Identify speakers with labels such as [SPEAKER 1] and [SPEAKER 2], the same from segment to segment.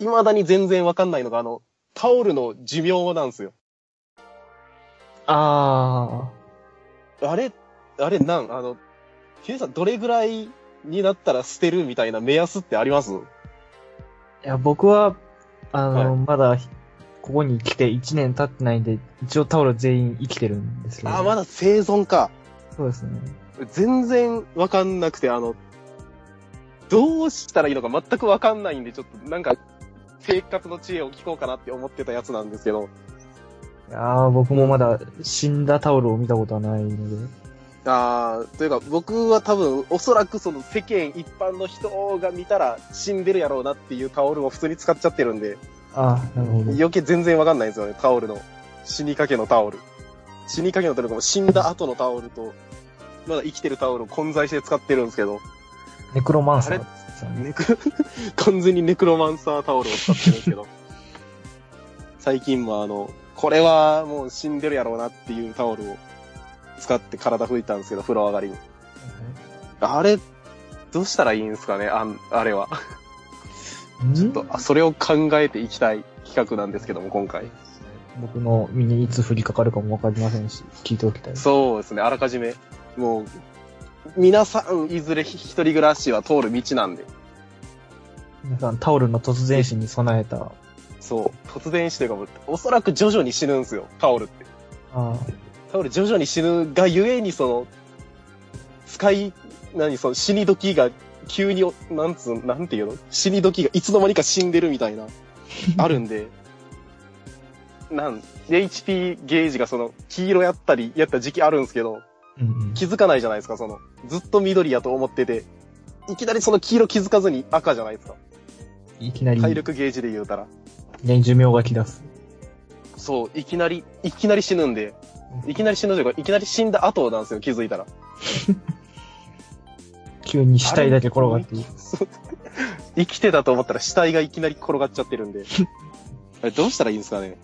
[SPEAKER 1] 未だに全然わかんないのが、あの、タオルの寿命なんですよ。
[SPEAKER 2] あ
[SPEAKER 1] あれ、あれなん、あの、ヒデさんどれぐらいになったら捨てるみたいな目安ってあります
[SPEAKER 2] ー。いや、僕は、あの、
[SPEAKER 1] は
[SPEAKER 2] まだひ、ここに来て1年経ってないんで、一応タオル全員生きてるんですけど。
[SPEAKER 1] あー、まだ生存か。
[SPEAKER 2] そうですね。
[SPEAKER 1] 全然わかんなくて、あの、どうしたらいいのか全くわかんないんで、ちょっとなんか、生活の知恵を聞こうかなって思ってたやつなんですけど。
[SPEAKER 2] いやー僕もまだ死んだタオルを見たことはないので。
[SPEAKER 1] ああ、というか僕は多分、おそらくその世間一般の人が見たら死んでるやろうなっていうタオルを普通に使っちゃってるんで、
[SPEAKER 2] ああ、なるほど。
[SPEAKER 1] 余計全然わかんないんですよね、タオルの。死にかけのタオル。死にかけのタオルかも死んだ後のタオルと、まだ生きてるタオルを混在して使ってるんですけど、
[SPEAKER 2] ネクロマンサー
[SPEAKER 1] あれ
[SPEAKER 2] ですよね。
[SPEAKER 1] ネク 完全にネクロマンサータオルを使ってるんですけど、最近もあの、これはもう死んでるやろうなっていうタオルを使って体拭いたんですけど、風呂上がりに。あれ、どうしたらいいんですかねあんあれは。
[SPEAKER 2] ち
[SPEAKER 1] ちょっと、あそれを考えていきたい企画なんですけども、今回。
[SPEAKER 2] 僕の身にいつ降りかかるかもわかりませんし、聞いておきたい。
[SPEAKER 1] そうですね、あらかじめ。もう、皆さん、いずれ一人暮らしは通る道なんで。
[SPEAKER 2] 皆さん、タオルの突然死に備えた、あ
[SPEAKER 1] そう。突然死というかもう、おそらく徐々に死ぬんですよ、タオルって。
[SPEAKER 2] あ、
[SPEAKER 1] タオル徐々に死ぬがゆえに、その、使い、何、その死に時が、急にお、なんつう、なんていうの死に時がいつの間にか死んでるみたいな、あるんで、 なん、HP ゲージがその、黄色やったり、やった時期あるんですけど、
[SPEAKER 2] うんうん。
[SPEAKER 1] 気づかないじゃないですか、その、ずっと緑やと思ってて、いきなりその黄色気づかずに赤じゃないですか。
[SPEAKER 2] いきなり、
[SPEAKER 1] 体
[SPEAKER 2] い
[SPEAKER 1] 力ゲージで言うたら。
[SPEAKER 2] きなり寿命が来だす。
[SPEAKER 1] そう、いきなり、いきなり死ぬんで、いきなり死ぬというか、いきなり死んだ後なんですよ、気づいたら。
[SPEAKER 2] 急に死体だけ転がっていく。
[SPEAKER 1] 生きてたと思ったら死体がいきなり転がっちゃってるんで。 あれどうしたらいいんですかね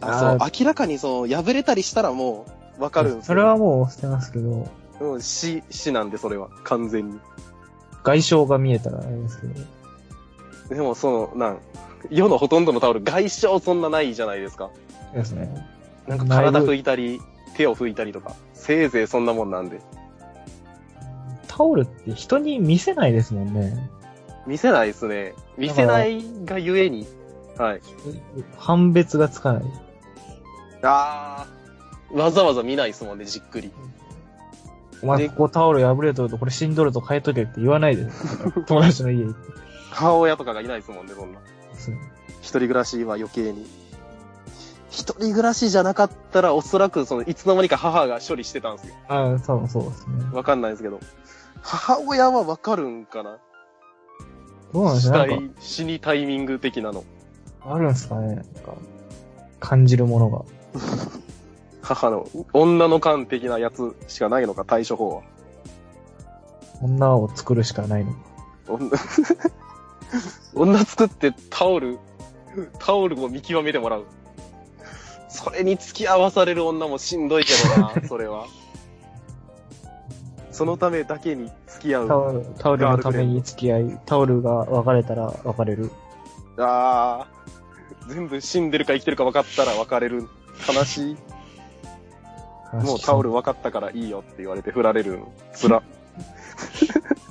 [SPEAKER 1] あ
[SPEAKER 2] あー
[SPEAKER 1] そう、明らかにそう、破れたりしたらもう、わかるんですよ
[SPEAKER 2] それは、もう捨てますけど、
[SPEAKER 1] うん、死、死なんで、それは、完全に。
[SPEAKER 2] 外傷が見えたらあれですけど。
[SPEAKER 1] でも、その、なん、世のほとんどのタオル、外傷そんなないじゃないですか。
[SPEAKER 2] ですね。
[SPEAKER 1] なんか体
[SPEAKER 2] だ
[SPEAKER 1] 拭
[SPEAKER 2] いぶ
[SPEAKER 1] いたり、手を拭いたりとか、せいぜいそんなもんなんで。
[SPEAKER 2] タオルって人に見せないですもんね。
[SPEAKER 1] 見せないですね。見せないがゆえに。はい。
[SPEAKER 2] 判別がつかない。
[SPEAKER 1] あー。わざわざ見ないですもんね、じっくり。
[SPEAKER 2] お前
[SPEAKER 1] で
[SPEAKER 2] ここタオル破れとるとこれ死んどると変えとけって言わない で。友達の家行って。
[SPEAKER 1] 母親とかがいないですもんね、そんな。
[SPEAKER 2] そう
[SPEAKER 1] 一人暮らしは余計に。一人暮らしじゃなかったら、おそらく、その、いつの間にか母が処理してたんですよ。
[SPEAKER 2] ああ、多分そうですね。
[SPEAKER 1] わかんないですけど。母親はわかるんかな
[SPEAKER 2] どうなんでし
[SPEAKER 1] 死
[SPEAKER 2] ょうなんか
[SPEAKER 1] 体、死にタイミング的なの。
[SPEAKER 2] あるんすかねなんか、感じるものが。
[SPEAKER 1] 母の、女の感的なやつしかないのか、対処法は。
[SPEAKER 2] 女を作るしかないのか。
[SPEAKER 1] 女、 女作ってタオル、タオルを見極めてもらう。それに付き合わされる女もしんどいけどな、それは。そのためだけに付き合
[SPEAKER 2] タ
[SPEAKER 1] う。
[SPEAKER 2] オル、タオルのために付き合い、タオルが別れたら別れる。
[SPEAKER 1] あー、全部死んでるか生きてるか分かったら別れる。悲しい。もうタオル。分かったからいいよって言われて振られる。つら。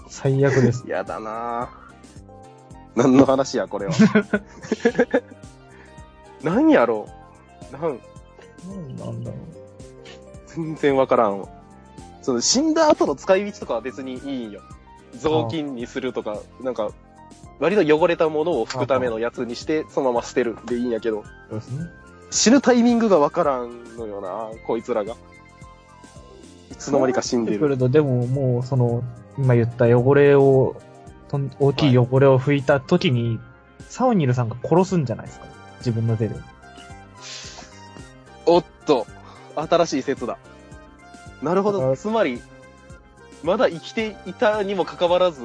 [SPEAKER 2] 最悪です。
[SPEAKER 1] やだなぁ。何の話や、これは。何やろうなん、
[SPEAKER 2] なんだろ
[SPEAKER 1] 全然わからんわ。その死んだ後の使い道とかは別にいいんよ。雑巾にするとか、なんか、割と汚れたものを拭くためのやつにして、そのまま捨てるでいいんやけど、
[SPEAKER 2] う。そうですね。
[SPEAKER 1] 死ぬタイミングがわからんのよな、こいつらが。いつの間にか死んで
[SPEAKER 2] く
[SPEAKER 1] る。
[SPEAKER 2] ると、でももう、その、今言った汚れを、とん大きい汚れを拭いた時に、サウニルさんが殺すんじゃないですか。自分の手で。
[SPEAKER 1] おっと、新しい説だ。なるほ
[SPEAKER 2] だか
[SPEAKER 1] ど、
[SPEAKER 2] ら
[SPEAKER 1] つまり、まだ生きていたにもかかわらず、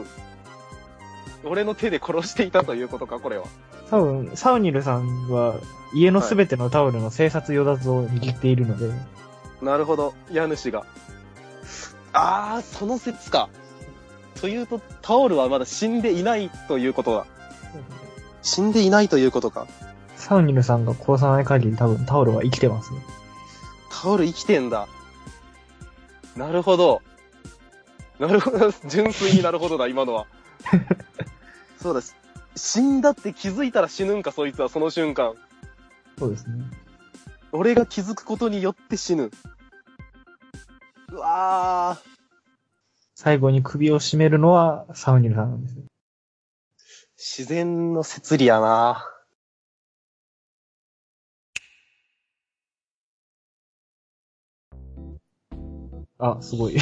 [SPEAKER 1] 俺の手で殺していたということか、これは。
[SPEAKER 2] 多分、サウニルさんは、家のすべてのタオルの生殺与奪を握っているので、
[SPEAKER 1] なるほど、家主が。あー、その説か。というと、タオルはまだ死んでいないということだ。死んでいないということか。
[SPEAKER 2] サウニルさんが殺さない限り多分タオルは生きてますね。
[SPEAKER 1] タオル生きてんだ。なるほど。なるほど。 純粋になるほどだ、今のは。 そうだ。し死んだって気づいたら死ぬんか、そいつは、その瞬間。
[SPEAKER 2] そうですね。
[SPEAKER 1] 俺が気づくことによって死ぬ。うわー。
[SPEAKER 2] 最後に首を絞めるのはサウニルさんなんですよ。
[SPEAKER 1] 自然の摂理やな。
[SPEAKER 2] あ、すごい。
[SPEAKER 1] ん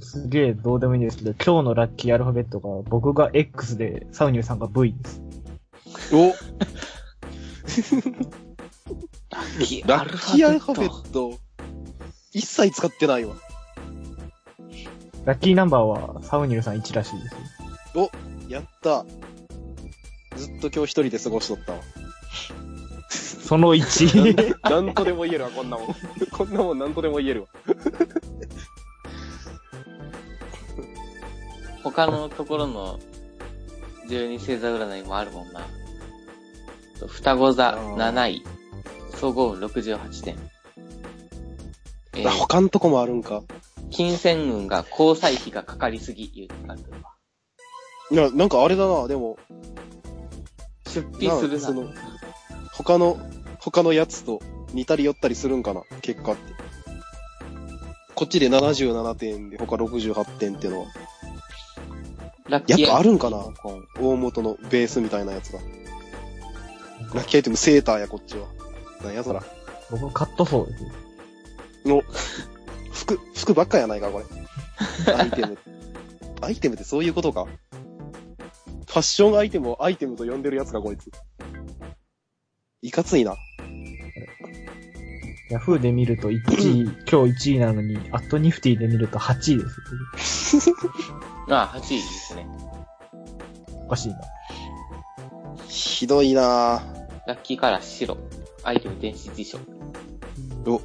[SPEAKER 2] すげえ、どうでもいいんですけど、今日のラッキーアルファベットが、僕が X で、サウニルさんが V です。
[SPEAKER 1] お
[SPEAKER 3] ラッキー
[SPEAKER 1] ラ
[SPEAKER 3] アル
[SPEAKER 1] ッ
[SPEAKER 3] フ
[SPEAKER 1] キーアル
[SPEAKER 3] ァ
[SPEAKER 1] ファ
[SPEAKER 3] ベ
[SPEAKER 1] ベ
[SPEAKER 3] ット。
[SPEAKER 1] ット、一切使ってないわ。
[SPEAKER 2] ラッキーナンバーは、サウニルさん1らしいですよ。
[SPEAKER 1] やった。ずっと今日一人で過ごしとったわ。
[SPEAKER 2] その1。
[SPEAKER 1] なんとでも言えるわ、こんなもん。 こんなもんなんとでも言えるわ。
[SPEAKER 3] 他のところの12星座占いもあるもんな。双子座
[SPEAKER 1] あー
[SPEAKER 3] 7位、総合運68点。え
[SPEAKER 1] あ
[SPEAKER 3] ー、
[SPEAKER 1] 他のとこもあるんか。
[SPEAKER 3] 金銭運が交際費がかかりすぎ、言うてあるわ
[SPEAKER 1] いや、なんかあれだな、でも。
[SPEAKER 3] 出費する
[SPEAKER 1] そ
[SPEAKER 3] な。
[SPEAKER 1] の、他の、他のやつと似たり寄ったりするんかな、結果って。こっちで77点で他68点ってのは、
[SPEAKER 3] ラッキー
[SPEAKER 1] やっぱあるんかな
[SPEAKER 3] アルファベット
[SPEAKER 1] 大元のベースみたいなやつが。ラッキーアイテムセーターや、こっちは。なんやそら。
[SPEAKER 2] 僕、カットソーですよ。
[SPEAKER 1] の、服、服ばっかやないか、これ。アイテ ム。アイテムってそういうことか。ファッションアイテムをアイテムと呼んでるやつか、こいつ。いかついな。
[SPEAKER 2] ヤフーで見ると1位、今日1位なのに、アットニフティで見ると8位です。
[SPEAKER 3] ああ、8位ですね。
[SPEAKER 2] おかしいな。
[SPEAKER 1] ひどいなぁ。
[SPEAKER 3] ラッキーカラー白。アイテム電子辞書。
[SPEAKER 1] ちゃんとフ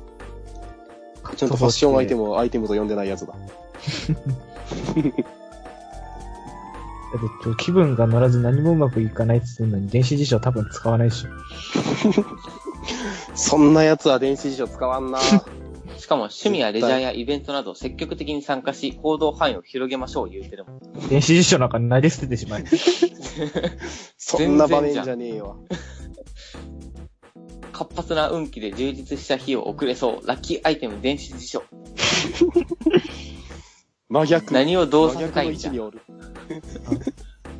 [SPEAKER 1] ァッションアイテムをアイテムと呼んでないやつだ。
[SPEAKER 2] だって今日気分が乗らず何もうまくいかないって言ってるのに、電子辞書多分使わないでしょ。
[SPEAKER 1] そんなやつは電子辞書使わ んなぁ。
[SPEAKER 3] しかも趣味やレジャーやイベントなど積極的に参加し、行動範囲を広げましょう言うてるもん。
[SPEAKER 2] 電子辞書なんか投げ捨ててしまえ。
[SPEAKER 1] そんな場面じゃねえわ。
[SPEAKER 3] 活発な運気で充実した日を送れそう。ラッキーアイテム電子辞書。
[SPEAKER 1] 真逆。
[SPEAKER 3] 何をどうさ
[SPEAKER 1] 真
[SPEAKER 3] せ
[SPEAKER 1] 逆
[SPEAKER 3] た
[SPEAKER 1] の
[SPEAKER 3] い
[SPEAKER 1] 位
[SPEAKER 3] んじ
[SPEAKER 1] 置に。
[SPEAKER 3] ゃ
[SPEAKER 1] おる。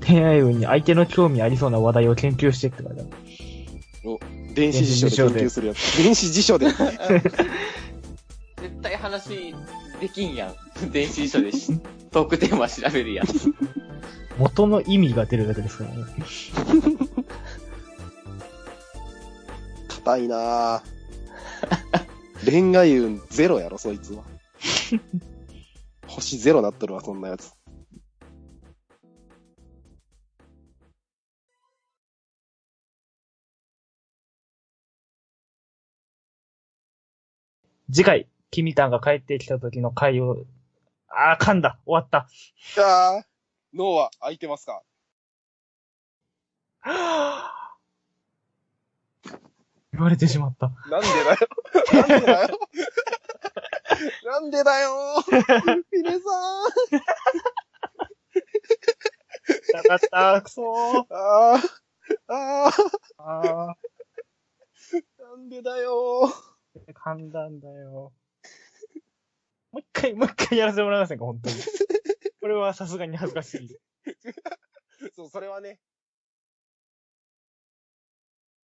[SPEAKER 2] 恋愛運に相手の興味ありそうな話題を研究してって書いてある。
[SPEAKER 1] 電子辞書で研究するや つ。 電子辞書で。
[SPEAKER 3] 絶対話できんやん。 電子辞書でしトークテーマ調べるやん。
[SPEAKER 2] 元の意味が出るだけですからね。
[SPEAKER 1] 硬いなぁ。 恋愛運ゼロやろ、そいつは。星ゼロなっとるわ、そんなやつ。
[SPEAKER 2] 次回、キミタンが帰ってきた時の回を、あー、噛んだ終わった
[SPEAKER 1] あー脳は空いてますか
[SPEAKER 2] 言われてしまった。
[SPEAKER 1] なんでだよ。なんでだよ。なんでだよ。ピネさん。
[SPEAKER 2] なかった、くそー。
[SPEAKER 1] あーあー
[SPEAKER 2] あ
[SPEAKER 1] なんでだよ。
[SPEAKER 2] ー、噛んだんだよ。もう一回、もう一回やらせてもらえませんか、本当に。これはさすがに恥ずかしい。
[SPEAKER 1] そう、それはね、